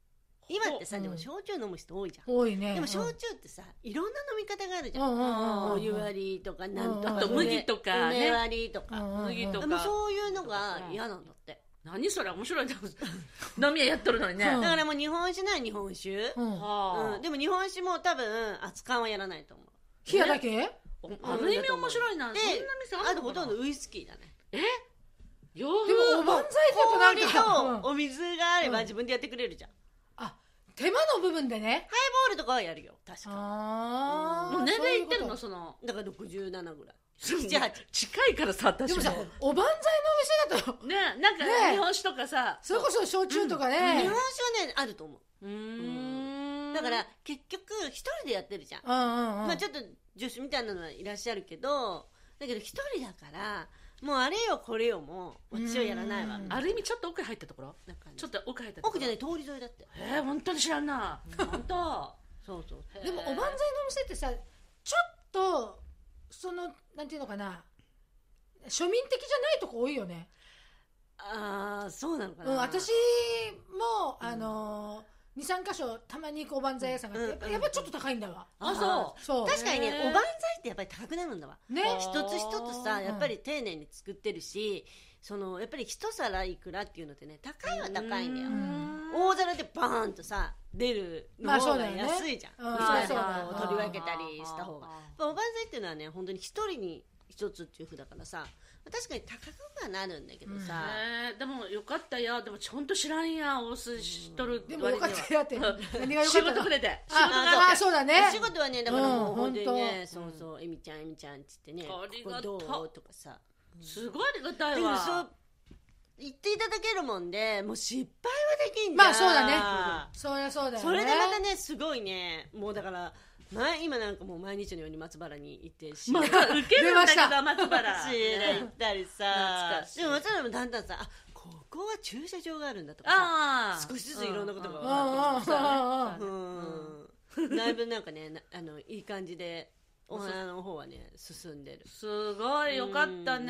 Speaker 3: 今って
Speaker 1: う
Speaker 3: さ
Speaker 1: ん
Speaker 3: でも焼酎飲む人多いじゃん、
Speaker 1: 多いね。
Speaker 3: でも焼酎ってさいろんな飲み方があるじ
Speaker 1: う
Speaker 3: ゃん、
Speaker 1: んうんうん。
Speaker 3: お湯割りとかなんとか、
Speaker 1: あと
Speaker 2: 麦とかね
Speaker 3: 梅割りと
Speaker 1: うんうん
Speaker 3: か、
Speaker 1: うん
Speaker 2: 麦と
Speaker 3: で
Speaker 2: か
Speaker 3: もそういうのが嫌なんだって、
Speaker 2: 何それ面 白いね飲み屋やっとるのにね、
Speaker 1: うん
Speaker 3: だからもう日本酒なら日本酒、う
Speaker 1: うん。
Speaker 2: はあ、
Speaker 3: んでも日本酒も多分扱いはやらないと思う
Speaker 1: 冷やだけ
Speaker 2: おある意味面白いなそん
Speaker 3: で
Speaker 2: な店あ
Speaker 3: あ
Speaker 2: るの
Speaker 3: と
Speaker 2: か
Speaker 3: ほ
Speaker 2: な
Speaker 3: とんどウイスキーだね
Speaker 2: え洋
Speaker 1: でもお
Speaker 2: 風
Speaker 1: ばんざい
Speaker 3: 氷
Speaker 1: だとなん
Speaker 3: と
Speaker 1: か、うん
Speaker 3: お水があれ
Speaker 1: う
Speaker 3: ば
Speaker 1: ん
Speaker 3: 自分でやってくれるじゃん、
Speaker 1: あ手間の部分でね
Speaker 3: ハイボールとかはやるよ確か
Speaker 1: あー
Speaker 2: もう年
Speaker 1: そう
Speaker 2: 齢
Speaker 1: い
Speaker 2: いってるの
Speaker 1: うこ
Speaker 2: その
Speaker 3: だから67ぐらい
Speaker 2: 78
Speaker 3: 78
Speaker 2: 近いからさ
Speaker 1: と
Speaker 2: 私
Speaker 1: で
Speaker 2: も
Speaker 1: もさおばんざいのお店だと
Speaker 2: ねなんか
Speaker 1: ね
Speaker 2: 日本酒とかさ
Speaker 1: それこそ焼酎とか
Speaker 3: 日本酒
Speaker 1: ね
Speaker 3: はねあると思う
Speaker 2: うーん
Speaker 3: だから結局一人でやってるじゃん、
Speaker 1: うんうんうん
Speaker 3: まあちょっと助手みたいなのはいらっしゃるけどだけど一人だからもうあれよこれよもう私はやらないわ
Speaker 1: うん
Speaker 2: ある意味ちょっと奥入ったところ
Speaker 3: なんかね
Speaker 2: ちょっと奥入ったところ
Speaker 3: 奥じゃない通り沿いだって
Speaker 2: えー、本当に知らんな本当
Speaker 3: そうそう
Speaker 1: でもおばんざいのお店ってさちょっとそのなんていうのかな庶民的じゃないとこ多いよね、
Speaker 3: ああそうなのか
Speaker 1: う
Speaker 3: な、
Speaker 1: ん、私もあのー23箇所たまに行くおばんざい屋さんがあってやっぱ
Speaker 3: うん
Speaker 1: やっぱちょっと高いんだわ
Speaker 2: あそ
Speaker 1: そう
Speaker 3: 確かにね
Speaker 2: へー
Speaker 3: おばんざいってやっぱり高くなるんだわ
Speaker 1: ね
Speaker 2: あー
Speaker 3: 一つ一つさやっぱり丁寧に作ってるしそのやっぱり一皿いくらっていうのってね高いは高いんだよ
Speaker 1: うん
Speaker 3: 大皿でバーンとさ出るの方が安いじゃん、
Speaker 1: まあ
Speaker 2: そうだよね
Speaker 3: 一皿
Speaker 2: うん
Speaker 3: を取り分けたりした方が
Speaker 2: うん
Speaker 3: やっぱおばんざいっていうのはね本当に一人に一つっていうふうだからさ確かに高くはなるんだけどさ、
Speaker 2: えー、でもよかったやでもちょんと知らんや大須しとる
Speaker 1: でもよかったやって
Speaker 2: 割
Speaker 1: 何
Speaker 2: には
Speaker 1: がよか
Speaker 2: 仕
Speaker 1: った
Speaker 2: 事
Speaker 1: の
Speaker 2: くれて仕事が
Speaker 1: ああそうだね
Speaker 3: お仕事はねだからもう本当にね、
Speaker 1: うん
Speaker 3: そうそう「えみちゃんえみちゃん」っつってね「こ
Speaker 2: あり
Speaker 3: こ
Speaker 2: がと
Speaker 3: ど
Speaker 2: う
Speaker 3: う?」とかさ
Speaker 2: すごいありがた
Speaker 3: だ
Speaker 2: い
Speaker 3: けどそ
Speaker 2: わ
Speaker 3: う言っていただけるもんでもう失敗はできんじゃん
Speaker 1: まあそうだねそりゃそうだよね
Speaker 3: それでまたねすごいねもうだから前今なんかもう毎日のように松原に行ってし
Speaker 2: また受けるんだけ
Speaker 1: 出まし
Speaker 2: ど松原
Speaker 3: 知ら行ったり
Speaker 2: 懐
Speaker 3: さ
Speaker 2: かしい
Speaker 3: でも松原もだんだんさあここは駐車場があるんだとかさ
Speaker 2: ああ
Speaker 3: 少しずついろんなことが
Speaker 1: うんうんうんうん
Speaker 3: うーんだいぶなんかねな あのいい感じでお花の方はね進んでる、
Speaker 2: すごいよかったね
Speaker 3: うんよか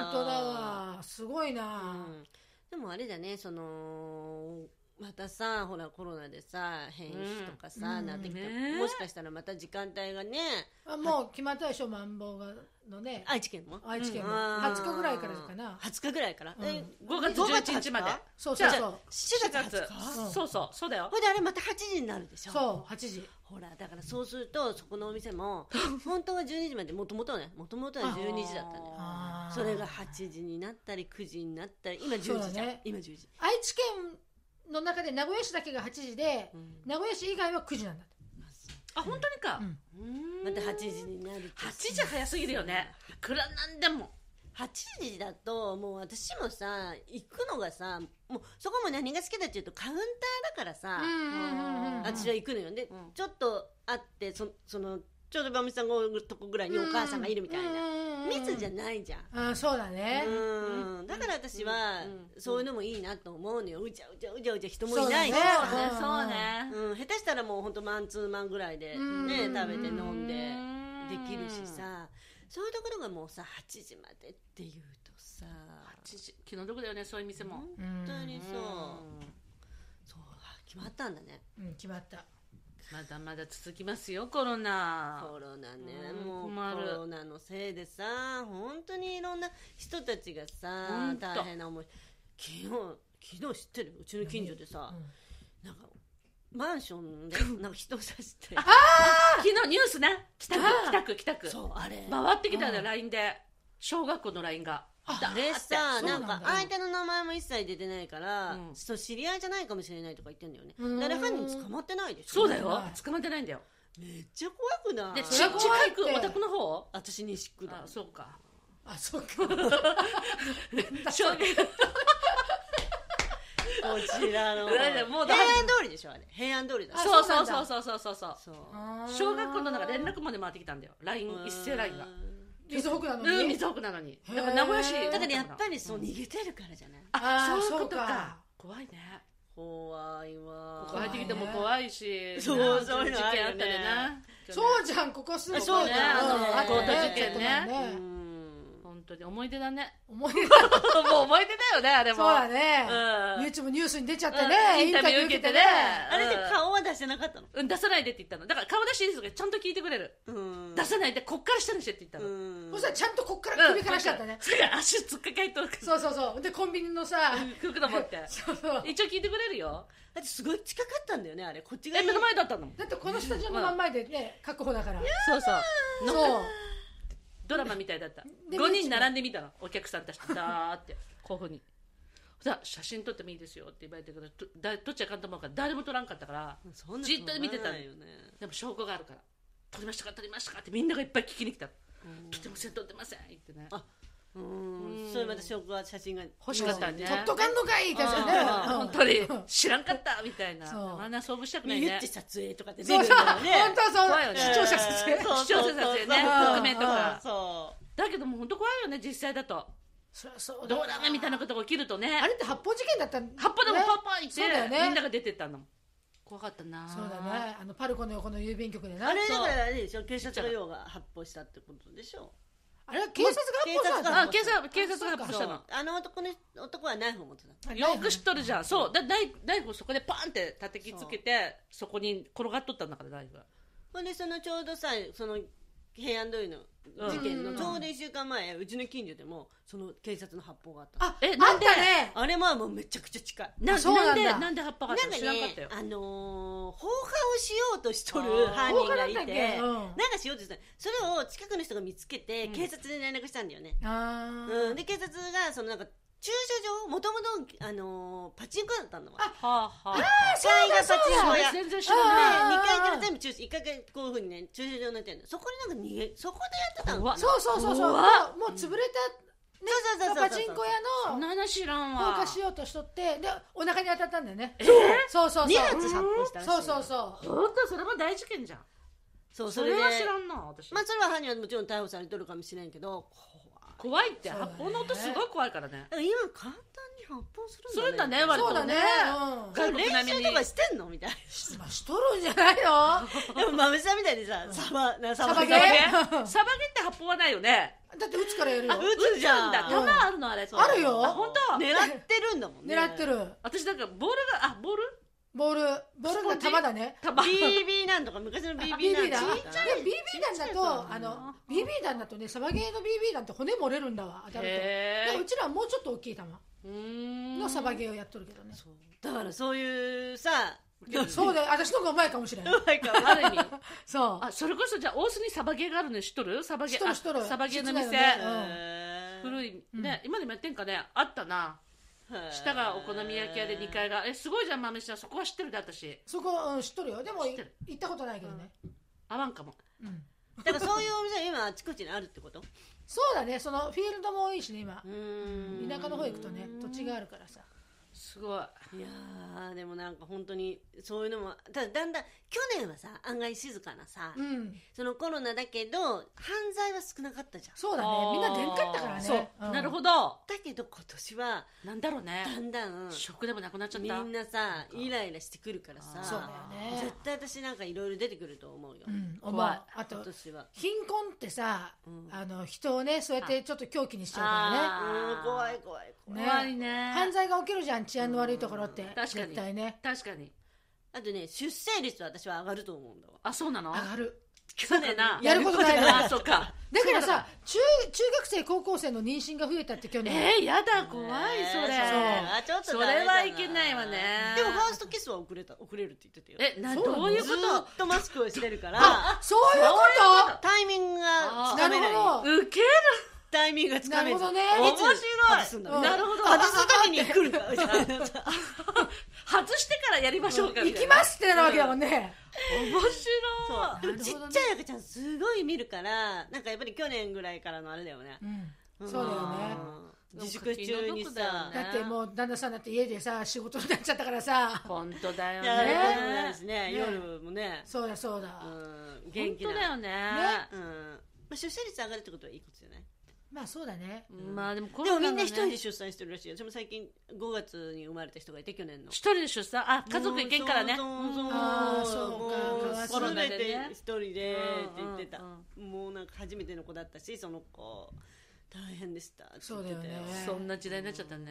Speaker 3: っ
Speaker 1: 本当だわすごいうな、
Speaker 3: ん、でもあれだねそのまたさほらコロナでさ変異とかさ、
Speaker 1: うん
Speaker 3: なってきた、
Speaker 2: うんね
Speaker 3: もしかしたらまた時間帯がね
Speaker 1: あもう決まったでしょマンボウがのね
Speaker 3: 愛知県も
Speaker 1: 愛知県の
Speaker 3: うん
Speaker 1: 20日ぐらいからかな
Speaker 3: 20日ぐらいから、
Speaker 1: うん
Speaker 3: え
Speaker 2: 5月11日まで
Speaker 1: そう
Speaker 2: じ
Speaker 1: そ
Speaker 2: ゃ
Speaker 1: う
Speaker 2: あ
Speaker 1: そう
Speaker 3: 7月20日
Speaker 1: うん
Speaker 2: そうそうそうだよ
Speaker 3: ほいであれまた8時になるでしょ
Speaker 1: そう8時
Speaker 3: ほらだからそうするとそこのお店も本当は12時までもともとはねもともとは12時だったのよ
Speaker 1: あー
Speaker 3: それが8時になったり9時になったり今
Speaker 1: そう
Speaker 3: 10
Speaker 1: だ
Speaker 3: 時じゃん、
Speaker 1: ね
Speaker 3: 今10時、
Speaker 1: 愛知県の中で名古屋市だけが8時で名古屋市以外は9時なんだって
Speaker 2: あ本当にか
Speaker 1: うん
Speaker 2: うーん
Speaker 3: また8時になると
Speaker 2: 8時早すぎるよねいくらなんでも
Speaker 3: 8時だともう私もさ行くのがさもうそこも何が好きだっていうとカウンターだからさ、
Speaker 2: うん
Speaker 3: 私は行くのよで、
Speaker 2: うん
Speaker 3: ちょっと会ってそそのちょうどばみさんがおるとこぐらいにお母さんがいるみたいな、
Speaker 1: な
Speaker 3: 密じゃ
Speaker 1: ん
Speaker 3: ないじゃん、
Speaker 1: あそうだね
Speaker 3: うんだから私は、
Speaker 2: うんうん
Speaker 3: そういうのもいいなと思うのようじゃうじゃうじゃうじゃ人もいないし
Speaker 1: そうだね
Speaker 2: ね
Speaker 1: うん
Speaker 2: そうね
Speaker 3: うん、下手したらもうほんとマンツーマンぐらいで、ね
Speaker 1: うん
Speaker 3: 食べて飲んでで
Speaker 2: うん
Speaker 3: きるしさそういうところがもうさ8時までっていうとさ
Speaker 2: 8時気の毒だよねそういう店も
Speaker 3: 本
Speaker 1: うん
Speaker 3: 当に
Speaker 2: う
Speaker 3: そう、
Speaker 2: ん
Speaker 3: そうあ決まったんだね
Speaker 1: うん決まった
Speaker 2: まだまだ続きますよコロナ
Speaker 3: コロナね、
Speaker 2: うん
Speaker 3: もう
Speaker 2: 困る
Speaker 3: コロナのせいでさ本当にいろんな人たちが
Speaker 2: ほ
Speaker 3: さ
Speaker 2: んと
Speaker 3: 大変な思い昨日昨日知ってるうちの近所でさ、
Speaker 1: うん
Speaker 3: なんかマンションでなんか人を刺して
Speaker 2: 昨日ニュースね北区北区北区
Speaker 3: そうあれ
Speaker 2: 回ってきたんだ
Speaker 1: う
Speaker 2: よ
Speaker 1: ん
Speaker 2: LINE で小学校の LINE が
Speaker 3: あれ
Speaker 1: そ
Speaker 3: さ
Speaker 1: うな
Speaker 3: なんん
Speaker 1: だ
Speaker 3: か相手の名前も一切出てないから、
Speaker 2: うん
Speaker 3: そう知り合いじゃないかもしれないとか言ってんだよね
Speaker 1: うん
Speaker 3: 誰犯人捕まってないでし
Speaker 2: そ
Speaker 3: ょ
Speaker 2: うだ
Speaker 1: 捕ま
Speaker 2: よ
Speaker 1: ってない
Speaker 2: 捕まってないんだよ
Speaker 3: めっちゃ怖くな
Speaker 2: で
Speaker 3: い
Speaker 2: ち
Speaker 1: そりゃ
Speaker 2: 近
Speaker 1: 怖いって
Speaker 2: くお宅の方
Speaker 3: 私西区だ
Speaker 2: あそうか
Speaker 1: あそうか
Speaker 2: 小
Speaker 3: こちらの
Speaker 2: だってもうだ
Speaker 3: 平安通りでしょあれ平安通りだ
Speaker 1: あ
Speaker 2: そう
Speaker 1: そ
Speaker 2: そうう
Speaker 1: な
Speaker 2: そ
Speaker 1: んだ
Speaker 2: うそうそうそうそう
Speaker 3: そう
Speaker 2: 小学校の中連絡まで回ってきたんだよ LINE 一斉 LINE が
Speaker 1: 水北なの
Speaker 2: うん
Speaker 1: に
Speaker 2: 水北なのに
Speaker 1: へー
Speaker 2: だから名古屋市
Speaker 3: だからやっぱりそううん逃げてるからじゃない
Speaker 1: あー
Speaker 2: あそういう
Speaker 1: そ
Speaker 2: こ
Speaker 1: う
Speaker 2: と
Speaker 1: か
Speaker 2: か怖いね
Speaker 3: 怖いわ
Speaker 2: 入ってきても怖いし
Speaker 3: そう
Speaker 2: な
Speaker 3: そういうのあるよ
Speaker 2: 事件
Speaker 3: ね
Speaker 2: あったね
Speaker 1: そうじゃんここすぐ
Speaker 2: そう
Speaker 3: ねあの
Speaker 1: うん
Speaker 3: 強盗
Speaker 2: 件
Speaker 3: 事
Speaker 2: ね
Speaker 1: とか
Speaker 3: う
Speaker 1: ね
Speaker 3: ん
Speaker 2: 本当に思い出だね
Speaker 1: 思い出
Speaker 2: もう思い出だよねあれも
Speaker 1: そうだね
Speaker 2: うん
Speaker 1: YouTube ニュースに出ちゃって
Speaker 2: うん
Speaker 1: ね
Speaker 2: インタビュー受けてね
Speaker 3: あれで顔は出してなかったの
Speaker 2: うん出さないでって言ったのだから顔出していいですとかちゃんと聞いてくれる
Speaker 3: うん
Speaker 2: 出さないでこっから下にしてって言ったの
Speaker 3: うん
Speaker 1: そしたらちゃんとこっから首からしちゃったね
Speaker 2: それから足突っかかえと
Speaker 1: そうそうそうでコンビニのさ
Speaker 2: 服だもって
Speaker 1: そうそう
Speaker 2: 一応聞いてくれるよ
Speaker 3: だってすごい近かったんだよねあれこっちが
Speaker 2: え目の前だったの
Speaker 1: だってこのスタジオの真ん前でね確保だから
Speaker 2: そうそう
Speaker 1: そう
Speaker 2: ドラマみたいだった
Speaker 1: で
Speaker 2: 5人並んでみたのお客さんたちとダーってこういうふうに「さあ写真撮ってもいいですよ」って言われてるけどとだ撮っちゃいかんと思うから誰も撮らんかったから
Speaker 3: そんな
Speaker 2: じっと見てたの
Speaker 3: よね
Speaker 2: でも証拠があるから「撮りましたか撮りましたか」ってみんながいっぱい聞きに来たの「撮ってません撮ってません」言ってね
Speaker 3: あうんそれまた証拠は写真が
Speaker 2: 欲しかったんで、
Speaker 1: 取っとかんのかいってやつだね
Speaker 2: あー
Speaker 1: うん
Speaker 2: 本当に知らんかったみたいな
Speaker 1: そう
Speaker 2: あんな遭遇したくない
Speaker 3: 言
Speaker 2: ね
Speaker 3: って撮影とかって出
Speaker 1: そう
Speaker 3: るん
Speaker 1: そう
Speaker 3: だよ
Speaker 1: 本
Speaker 3: ね
Speaker 1: 当そう
Speaker 2: 怖いよね
Speaker 1: 視聴者撮影
Speaker 2: そう視聴者撮影ね
Speaker 1: 匿
Speaker 2: 名とか
Speaker 3: そ
Speaker 2: だけどもう本当怖いよね実際だと
Speaker 1: そりゃそうだ
Speaker 2: ど
Speaker 1: よ
Speaker 2: うだねみたいなことが起きるとね
Speaker 1: あれって発砲事件だった
Speaker 2: 葉っぱでも
Speaker 1: ね
Speaker 2: パンパンいって、
Speaker 1: そうだよね
Speaker 2: みんなが出てったの怖かったな
Speaker 1: そうだねあのパルコの横の郵便局で
Speaker 3: う
Speaker 1: な
Speaker 3: あれだからあれでしょ警察の用が発砲したってことでしょ
Speaker 1: あれは警察が発砲した
Speaker 2: あ
Speaker 1: んだ
Speaker 2: 警察警察が
Speaker 1: あ
Speaker 2: 発砲したの
Speaker 3: あの男の男はナイフを持ってた
Speaker 1: あ
Speaker 2: よく知っとるじゃんそうだナイナイフをそこでパンって叩きつけてそこに転がっとったんだからナイフが
Speaker 3: ほんでそのちょうどさその平安通りの事件のちょうど1週間前うちの近所でもその警察の発砲があったの
Speaker 1: あ
Speaker 2: え
Speaker 1: あ
Speaker 2: な
Speaker 1: っ
Speaker 2: んで
Speaker 1: たね
Speaker 3: あれまあもうめちゃくちゃ近い
Speaker 2: な
Speaker 1: そうなんだ
Speaker 2: でなんで葉っぱがあ
Speaker 3: なん
Speaker 2: った
Speaker 3: か
Speaker 2: の知らんかった
Speaker 3: ね
Speaker 2: よ、
Speaker 3: あのー、放火をしようとしとる犯人が
Speaker 1: 放火
Speaker 3: い
Speaker 1: だったっけ
Speaker 3: て、
Speaker 1: うん
Speaker 3: なんかしようとしたそれを近くの人が見つけて、
Speaker 2: うん
Speaker 3: 警察に連絡したんだよね。
Speaker 1: あー
Speaker 3: うん、で、警察が、そのなんか、駐車場、もともと、あのーパチンコだったんだわ。
Speaker 1: あ
Speaker 2: はあ
Speaker 1: あ
Speaker 2: は
Speaker 1: そうだそう
Speaker 3: 一階がパチンコ
Speaker 1: だ
Speaker 3: 屋
Speaker 2: あ全然知
Speaker 1: あ
Speaker 2: ら
Speaker 1: ー
Speaker 2: ない
Speaker 3: 2階から全部駐車、1階からこういうふうにね、駐車場になってるの。そこになんか逃げ、そこでやってたの
Speaker 2: 怖っ
Speaker 1: そうそうそうそうも
Speaker 2: 怖
Speaker 1: うもう潰れ
Speaker 3: そうそうそう
Speaker 1: た
Speaker 3: そう。
Speaker 1: パチンコ
Speaker 2: そ
Speaker 1: 屋の
Speaker 2: んな話知らんわ
Speaker 1: 放火しようとしとってでお腹に当たったんだよね
Speaker 2: えー
Speaker 1: そうそうそう
Speaker 3: 2発発砲したらしい。
Speaker 1: そうそうそう
Speaker 2: ほんとそれも大事件じゃん
Speaker 3: そう。そ
Speaker 2: そ
Speaker 3: れ
Speaker 2: れ
Speaker 3: で
Speaker 2: は知らんな私、
Speaker 3: まあ、それは犯人はもちろん逮捕されとるかもしれんけど、怖い
Speaker 2: 怖いって
Speaker 1: そうだね
Speaker 2: 発砲の音すごい怖いからね
Speaker 3: でも今簡単に発砲するんだね。
Speaker 2: するんだね割と
Speaker 1: そうだねうん
Speaker 2: 外国並みに
Speaker 3: 練習とかしてんのみたい
Speaker 1: まあしとるんじゃないの
Speaker 3: な。でも、まぶさんみたいにさ、サバ、なサ
Speaker 1: サバ
Speaker 2: サバゲ
Speaker 1: ゲ
Speaker 2: ーサバゲーって発砲はないよね
Speaker 1: だって打つからやるよ
Speaker 3: あ撃つじゃん。
Speaker 2: ん
Speaker 1: う
Speaker 2: だ
Speaker 1: ん
Speaker 2: 弾あるのあれ
Speaker 1: あるよ
Speaker 2: あ本当
Speaker 3: 狙ってるんだもんね。
Speaker 1: 狙 って。る
Speaker 2: 私なんかボールがあボール
Speaker 1: ボールボールが球だね
Speaker 2: 弾
Speaker 3: BB なんとか、昔の BB なんと
Speaker 1: 弾
Speaker 3: か。
Speaker 1: で BB 弾だと
Speaker 2: ち
Speaker 1: あ
Speaker 2: ゃい
Speaker 1: の BB 弾だとねサバゲーの BB 弾って骨折れるんだわ当たると
Speaker 2: へ
Speaker 1: だ
Speaker 2: ー
Speaker 1: からうちらはもうちょっと大きい球
Speaker 2: うーん
Speaker 1: のサバゲーをやっとるけどね
Speaker 3: そうだからそういうさ、
Speaker 1: そうだよ私の方がうまいかもし れない
Speaker 3: 怖いから
Speaker 2: ある意味
Speaker 1: そう
Speaker 2: あそれこそじゃあ大須にサバゲーがあるの知っとるサバゲ
Speaker 1: 知っ
Speaker 2: ー
Speaker 1: とる
Speaker 2: あ
Speaker 1: 知っとる
Speaker 2: サバゲー
Speaker 1: 知
Speaker 2: の
Speaker 1: っ
Speaker 2: 店
Speaker 1: てたよね
Speaker 3: へー
Speaker 2: 古いね今でもやってんかねあったな下がお好み焼き屋で2。階がえすごいじゃん豆ちゃんそこは知ってるで私
Speaker 1: そこ、うん、知っとるよでも
Speaker 2: 知っ
Speaker 1: い
Speaker 2: てる
Speaker 1: 行ったことないけどね
Speaker 2: 合わんかも
Speaker 1: うん
Speaker 3: だからそういうお店は今あちこちにあるってこと
Speaker 1: そうだねそのフィールドも多いしね今
Speaker 3: うん
Speaker 1: 田舎の方行くとね土地があるからさ
Speaker 2: すごい。
Speaker 3: いやーでもなんか本当にそういうのもただだんだん去年はさ案外静かなさ、
Speaker 1: うん
Speaker 3: そのコロナだけど犯罪は少なかったじゃん
Speaker 1: そうだねみんな出んかったからね
Speaker 2: そう、
Speaker 1: うん
Speaker 2: なるほど。
Speaker 3: だけど今年は
Speaker 2: なんだろうね。
Speaker 3: だんだん
Speaker 2: 食でもなくなっちゃっ
Speaker 3: み
Speaker 2: た。
Speaker 3: んなさイライラしてくるからさ
Speaker 1: そうだよね
Speaker 3: 絶対私なんかいろいろ出てくると思うよ、
Speaker 1: うん思う
Speaker 2: 怖い
Speaker 1: あと
Speaker 3: 今年は。
Speaker 1: 貧困ってさ、
Speaker 3: うん
Speaker 1: あの人をねそうやってちょっと狂気にしちゃうか
Speaker 2: あー
Speaker 3: うん怖い怖い怖い、
Speaker 1: ね
Speaker 2: 怖い
Speaker 1: ら
Speaker 2: ね
Speaker 1: ね。犯罪が起きるじゃん治安の悪いところって
Speaker 2: 確かに
Speaker 1: 絶対ね
Speaker 2: 確かに。
Speaker 3: あとね出生率は私は上がると思うんだわ
Speaker 2: あ、そうなの
Speaker 1: 上がる
Speaker 2: 去年な。
Speaker 1: やることないな
Speaker 2: あ、そうか。
Speaker 1: だから
Speaker 2: そう
Speaker 1: さ中中学生高校生の妊娠が増えたって去年、
Speaker 2: えー、やだ、怖い、それ。
Speaker 3: あちょっとダメだ
Speaker 2: そ
Speaker 3: な
Speaker 2: れはいけないわね
Speaker 3: でもファーストキスは遅れた遅れるって言ってたよ
Speaker 2: え、な、
Speaker 1: そうなの
Speaker 2: どういうこ
Speaker 3: ずーっとマスクをしてるから
Speaker 1: そういうこ
Speaker 3: タイミングがつかめな
Speaker 1: あ
Speaker 3: い
Speaker 1: ーなるほど
Speaker 2: とウケ
Speaker 3: タイミングがつかめ
Speaker 1: なるほどね
Speaker 3: いつ
Speaker 2: 面白い
Speaker 3: 外すんだ
Speaker 1: うん
Speaker 2: る。
Speaker 3: み
Speaker 2: な
Speaker 3: た
Speaker 2: いるほど。
Speaker 3: な外すために来るからみたいな
Speaker 2: 外してからやりましょうか。
Speaker 1: と
Speaker 2: み
Speaker 1: 行
Speaker 2: た
Speaker 1: き
Speaker 2: いな
Speaker 1: ますってなるわけだもんね、
Speaker 2: 面白
Speaker 3: そうでもちっちゃい赤ちゃんすごい見るからなんかやっぱり去年ぐらいからのあれだよね
Speaker 1: うんそうだよね
Speaker 3: うん自粛中に
Speaker 2: 気の毒だよ
Speaker 3: さ
Speaker 2: ね
Speaker 1: だってもう旦那さんだって家でさ仕事になっちゃったからさ
Speaker 2: い。本当だよ
Speaker 3: いや
Speaker 1: ね
Speaker 3: やることもない
Speaker 2: ね
Speaker 3: し。ね
Speaker 1: ね
Speaker 3: 夜もね
Speaker 1: そうだそうだ、
Speaker 3: うん元
Speaker 2: 本
Speaker 3: 気
Speaker 2: 当
Speaker 3: な
Speaker 2: だよね。
Speaker 3: うんまあ出生率上がるってことはいいことじゃない
Speaker 1: まあそうだね
Speaker 2: まあでもコ
Speaker 3: でも
Speaker 2: ロナ
Speaker 3: み
Speaker 2: がね
Speaker 3: んな一人で出産してるらしいよ。でも最近5月に生まれた人がいて去年の
Speaker 2: 一。人で出産あ家族行けんからね
Speaker 3: そうそうそう
Speaker 1: あーそう
Speaker 3: も
Speaker 1: か
Speaker 3: う全て一人でって言ってた
Speaker 2: うんうん。
Speaker 3: もうなんか初めての子だったし、その子大変でしたって言ってた。
Speaker 1: そうだよね
Speaker 2: そんな時代になっちゃったね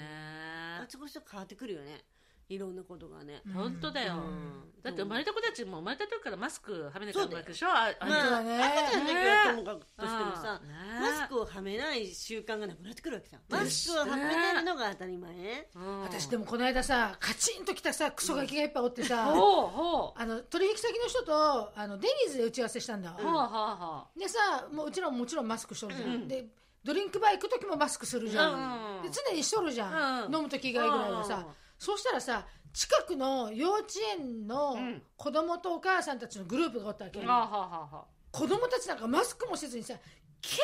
Speaker 3: あちこちで変わってくるよね。いろんなことがね。
Speaker 2: 本当だよ
Speaker 3: うん
Speaker 2: だって生まれた子たちも生まれた時からマスクはめなきゃいけないわけでしょあ
Speaker 1: 本当
Speaker 3: まあ
Speaker 1: だ
Speaker 2: あ
Speaker 1: ね
Speaker 3: 赤ちゃんだけはともかくと
Speaker 2: れ
Speaker 3: してもさ
Speaker 2: う、ん
Speaker 3: マス
Speaker 2: ね
Speaker 3: クをはめない習慣がなくなってくるわけじゃん。マスクをはめてるのが当たり前。
Speaker 2: うん
Speaker 1: 私でもこの間さカチンときたさクソガキがいっぱいおってさ、
Speaker 2: ほうほう
Speaker 1: あの取引先の人とあのデニーズで打ち合わせしたんだわ、
Speaker 2: ほうほうほ
Speaker 1: でさもううちらももちろんマスクしとるじゃん、
Speaker 2: うん
Speaker 1: でドリンクバー行く時もマスクするじゃん、
Speaker 2: うん
Speaker 1: で常にしとるじゃん、
Speaker 2: うん
Speaker 1: 飲む時以外ぐらいはさ、
Speaker 2: うん
Speaker 1: そうしたらさ近くの幼稚園の
Speaker 2: うん
Speaker 1: 子供とお母さんたちのグループがおったわけ、
Speaker 2: うほうほうほうほ
Speaker 1: 子供たちなんかマスクもせずにさキャ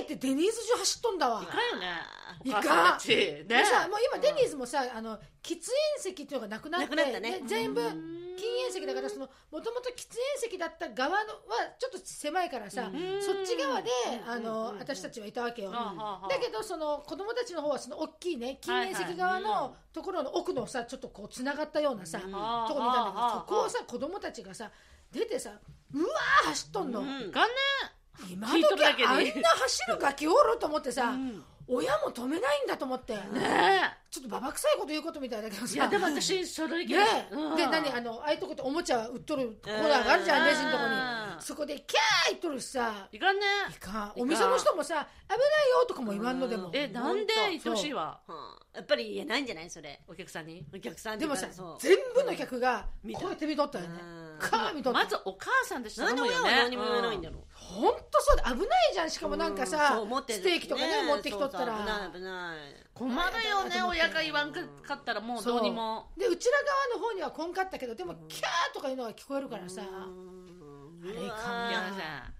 Speaker 1: ーイってデニーズ中走っとんだわ
Speaker 2: ういかんよね
Speaker 1: い
Speaker 2: お
Speaker 1: かん
Speaker 2: 母さんたちね
Speaker 1: でさもう今デニーズもさ、あの喫煙席っていうのがなくなって
Speaker 3: なくなったね
Speaker 1: 全部禁煙席だからそのもともと喫煙席だった側のはちょっと狭いからさ、
Speaker 2: ん
Speaker 1: そっち側で、
Speaker 2: うん
Speaker 1: あの
Speaker 2: うん
Speaker 1: 私たちはいたわけよ、
Speaker 2: はあはあ
Speaker 1: だけどその子供たちの方はその大きいね禁煙席側
Speaker 2: はいはいうん
Speaker 1: のところの奥のさちょっとこうつながったようなさ、
Speaker 3: うん
Speaker 1: と
Speaker 2: はあ
Speaker 1: こにいたんだけ
Speaker 2: はあ
Speaker 1: ど
Speaker 2: はあ
Speaker 1: そこをさ子供たちがさ出てさうわー走っとんの、
Speaker 3: うん
Speaker 2: いかんね
Speaker 1: 今
Speaker 2: 聞
Speaker 1: 時
Speaker 2: いとるだけで
Speaker 1: あんな走るガキおると思ってさ、
Speaker 3: うん
Speaker 1: 親も止めないんだと思って、
Speaker 2: ね
Speaker 1: ちょっとババ臭いこと言うことみたいだけどさ
Speaker 2: いやでも私それ意見
Speaker 1: ね
Speaker 2: うん
Speaker 1: で何あのああいうとこっておもちゃ売っとるコーナーがあるじゃん
Speaker 2: うん
Speaker 1: レジのとこ
Speaker 2: うん
Speaker 1: にそこでキャー言っとるしさ
Speaker 2: いかんね
Speaker 1: いかんお店の人もさ危ないよとかも言わんのでも
Speaker 2: えなんで
Speaker 3: ほんと
Speaker 2: 言ってほしいわ
Speaker 3: はあやっぱり言えないんじゃないそれ。
Speaker 2: お客さんに
Speaker 3: お客さんって
Speaker 1: で
Speaker 3: いう
Speaker 1: も
Speaker 3: か
Speaker 1: さ
Speaker 3: そう
Speaker 1: 全部の客が
Speaker 3: 見た
Speaker 1: こうやって見とったよね
Speaker 3: うん
Speaker 1: カー見とった
Speaker 2: まずお母さんでした
Speaker 3: なんで親は何も言えないんだろう、
Speaker 1: ほんとそうだ危ないじゃんしかもなんかさ
Speaker 3: う持ってる
Speaker 1: ステーキとかね持ってきとった
Speaker 3: そうそう
Speaker 1: ら
Speaker 3: 危ない
Speaker 2: 困るよね親が言わんかったらもうどうにも
Speaker 1: でうちら側の方にはこんかったけどでもキャーとかいうのが聞こえるからさ
Speaker 3: 危ない
Speaker 1: あれいか
Speaker 2: い
Speaker 1: ん
Speaker 2: や
Speaker 1: な
Speaker 2: 皆さん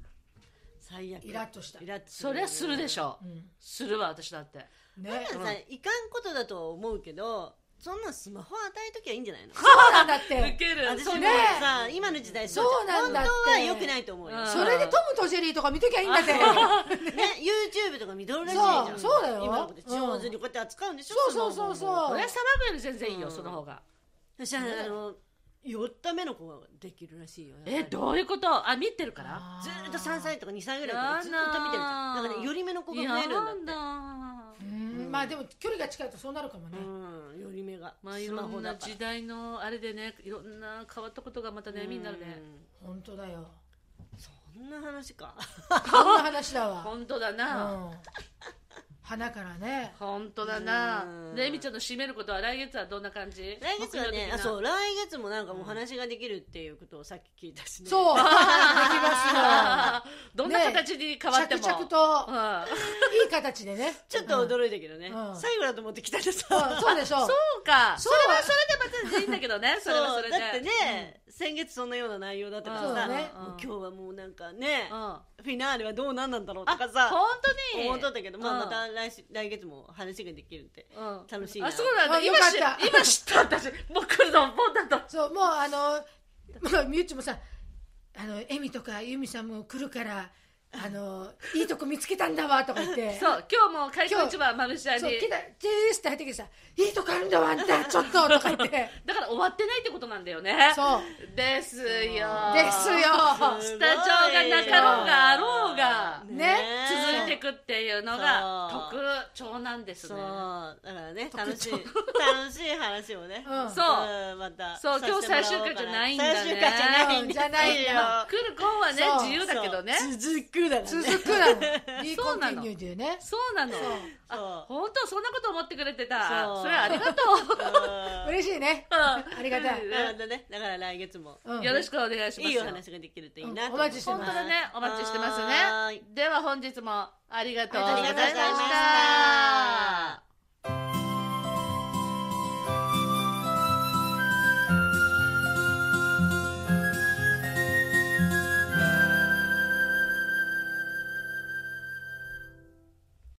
Speaker 3: 最悪
Speaker 1: イラッとした
Speaker 3: イラッと
Speaker 2: そりゃするでし
Speaker 3: ょ
Speaker 2: ょ
Speaker 1: うん
Speaker 2: するわ私だって
Speaker 1: ね
Speaker 3: さいかんことだとは思うけどそんなんスマホ与えときゃいいんじゃないの
Speaker 1: そうなんだっ
Speaker 2: ウ
Speaker 1: て
Speaker 2: ケる
Speaker 3: 私も
Speaker 1: そうね
Speaker 3: さ今の時代
Speaker 1: そうなんだって
Speaker 3: 本当は良くないと思うよ、
Speaker 2: うん
Speaker 3: ね
Speaker 1: それでトムとジェリーとか見ときゃいいんだって
Speaker 3: YouTube とか見とるらしいじゃん
Speaker 1: そうそうだよ
Speaker 3: 今のこと上手にこうやって扱うんでしょ、
Speaker 1: そうそうそう
Speaker 3: スマホも
Speaker 1: そう
Speaker 2: 俺は騒ぐより全然いいよその方が
Speaker 3: 私はあの4日目の子ができるらしいよやっぱり
Speaker 2: えどういうことあ見てるから
Speaker 1: あー
Speaker 3: ずーっと3歳とか2歳ぐらいからずーっと見てるじゃん
Speaker 2: やだ
Speaker 3: だからねより目の子が増えるんだって
Speaker 2: やだ
Speaker 1: うんまあでも距離が近いとそうなるかもね、
Speaker 3: うんより目が、
Speaker 2: まあい
Speaker 3: スマ
Speaker 2: ろ
Speaker 3: ホ
Speaker 2: ん
Speaker 3: だ
Speaker 2: な
Speaker 3: から
Speaker 2: 時代のあれでねいろんな変わったことがまたねみんなるね
Speaker 1: 本当だよ
Speaker 3: うんそんな話 か
Speaker 1: こんな話だわ、
Speaker 2: 本当だな
Speaker 1: うん、花からね
Speaker 2: 本当だな
Speaker 3: うん
Speaker 2: でエミちゃんの締めることは来月はどんな感じ
Speaker 3: 来月はねあ
Speaker 2: そ
Speaker 3: そう う来月もなんかもう話ができるっていうことをさっき聞いたしね
Speaker 1: そうできま
Speaker 2: どんな形に変わっても
Speaker 1: 着々と
Speaker 2: うん
Speaker 1: すよいい形でね
Speaker 3: ちょっと驚いたけどね、
Speaker 1: うん
Speaker 3: 最後 だと思ってきたら
Speaker 1: うん
Speaker 3: さ、
Speaker 1: そうでしょう
Speaker 2: そうか。
Speaker 1: そ
Speaker 2: そ
Speaker 1: う
Speaker 2: れはそれでまたいいんだけどね。それはそれで。
Speaker 3: だってね、先月そんなような内容だったから
Speaker 1: そ
Speaker 3: さ、
Speaker 1: うね
Speaker 3: もう今日はもうなんかね、
Speaker 2: あ
Speaker 3: フィナーレはどうなんなんだろうと
Speaker 2: 本
Speaker 3: かさ
Speaker 2: 当に
Speaker 3: 思っとったけど、まあ、ま
Speaker 2: う
Speaker 3: た来し来月も話ができるって
Speaker 2: んうん
Speaker 3: 楽しいな
Speaker 2: あそうなんだ
Speaker 1: あよ
Speaker 2: 今
Speaker 1: かっ
Speaker 2: 知
Speaker 1: た
Speaker 2: 今知った私もう来ると思ったと
Speaker 1: そうもうあの もうみゆちもさあのエミとかユミさんも来るからあのいいとこ見つけたんだわとか言って
Speaker 2: そう今日も開口一番まぶしあり
Speaker 1: そう来たジュースって入ってきてさいいとこあるんだわあんたちょっととか言って
Speaker 2: だから終わってないってことなんだよね
Speaker 1: そう
Speaker 2: ですよ
Speaker 1: ですよ
Speaker 2: スタジオがなかろうがあろうが
Speaker 1: ね
Speaker 2: 続いて
Speaker 3: く
Speaker 2: くっていうのが
Speaker 3: そ
Speaker 2: 特
Speaker 3: う
Speaker 2: 徴なんです
Speaker 3: そ
Speaker 2: ね
Speaker 3: うだからね 楽しい
Speaker 2: 特
Speaker 3: 楽しい話をね、
Speaker 1: うん
Speaker 2: そう
Speaker 3: うんまた
Speaker 2: そう
Speaker 3: させてもらお
Speaker 2: 今日最終回じゃないんだね
Speaker 3: 最終回じゃないんですよ
Speaker 1: じゃないんだ
Speaker 2: 来る婚はね
Speaker 1: そう
Speaker 2: 自由だけどね
Speaker 3: そう続くだからね
Speaker 1: 続くなの いい
Speaker 2: そ
Speaker 1: コ
Speaker 2: う
Speaker 1: ン
Speaker 2: な
Speaker 1: テ
Speaker 2: の
Speaker 1: ィニューだよね
Speaker 2: そうなの
Speaker 3: そう
Speaker 2: あ本当そんなこと思ってくれてた
Speaker 3: そう
Speaker 2: それはありがと
Speaker 3: う
Speaker 1: 嬉しいね
Speaker 2: う
Speaker 1: ありがたい
Speaker 2: うん
Speaker 3: んなるほどねだから来月も
Speaker 1: うん
Speaker 2: よろしくお願いします
Speaker 3: いいお話ができるといいなと
Speaker 1: うんお待ちして
Speaker 2: 本
Speaker 1: ま
Speaker 2: 当
Speaker 1: す
Speaker 2: だねお待ちしてます
Speaker 3: はーい
Speaker 2: ねでは本日もありがとうございま
Speaker 1: ありがとうございま
Speaker 2: し
Speaker 1: した
Speaker 3: た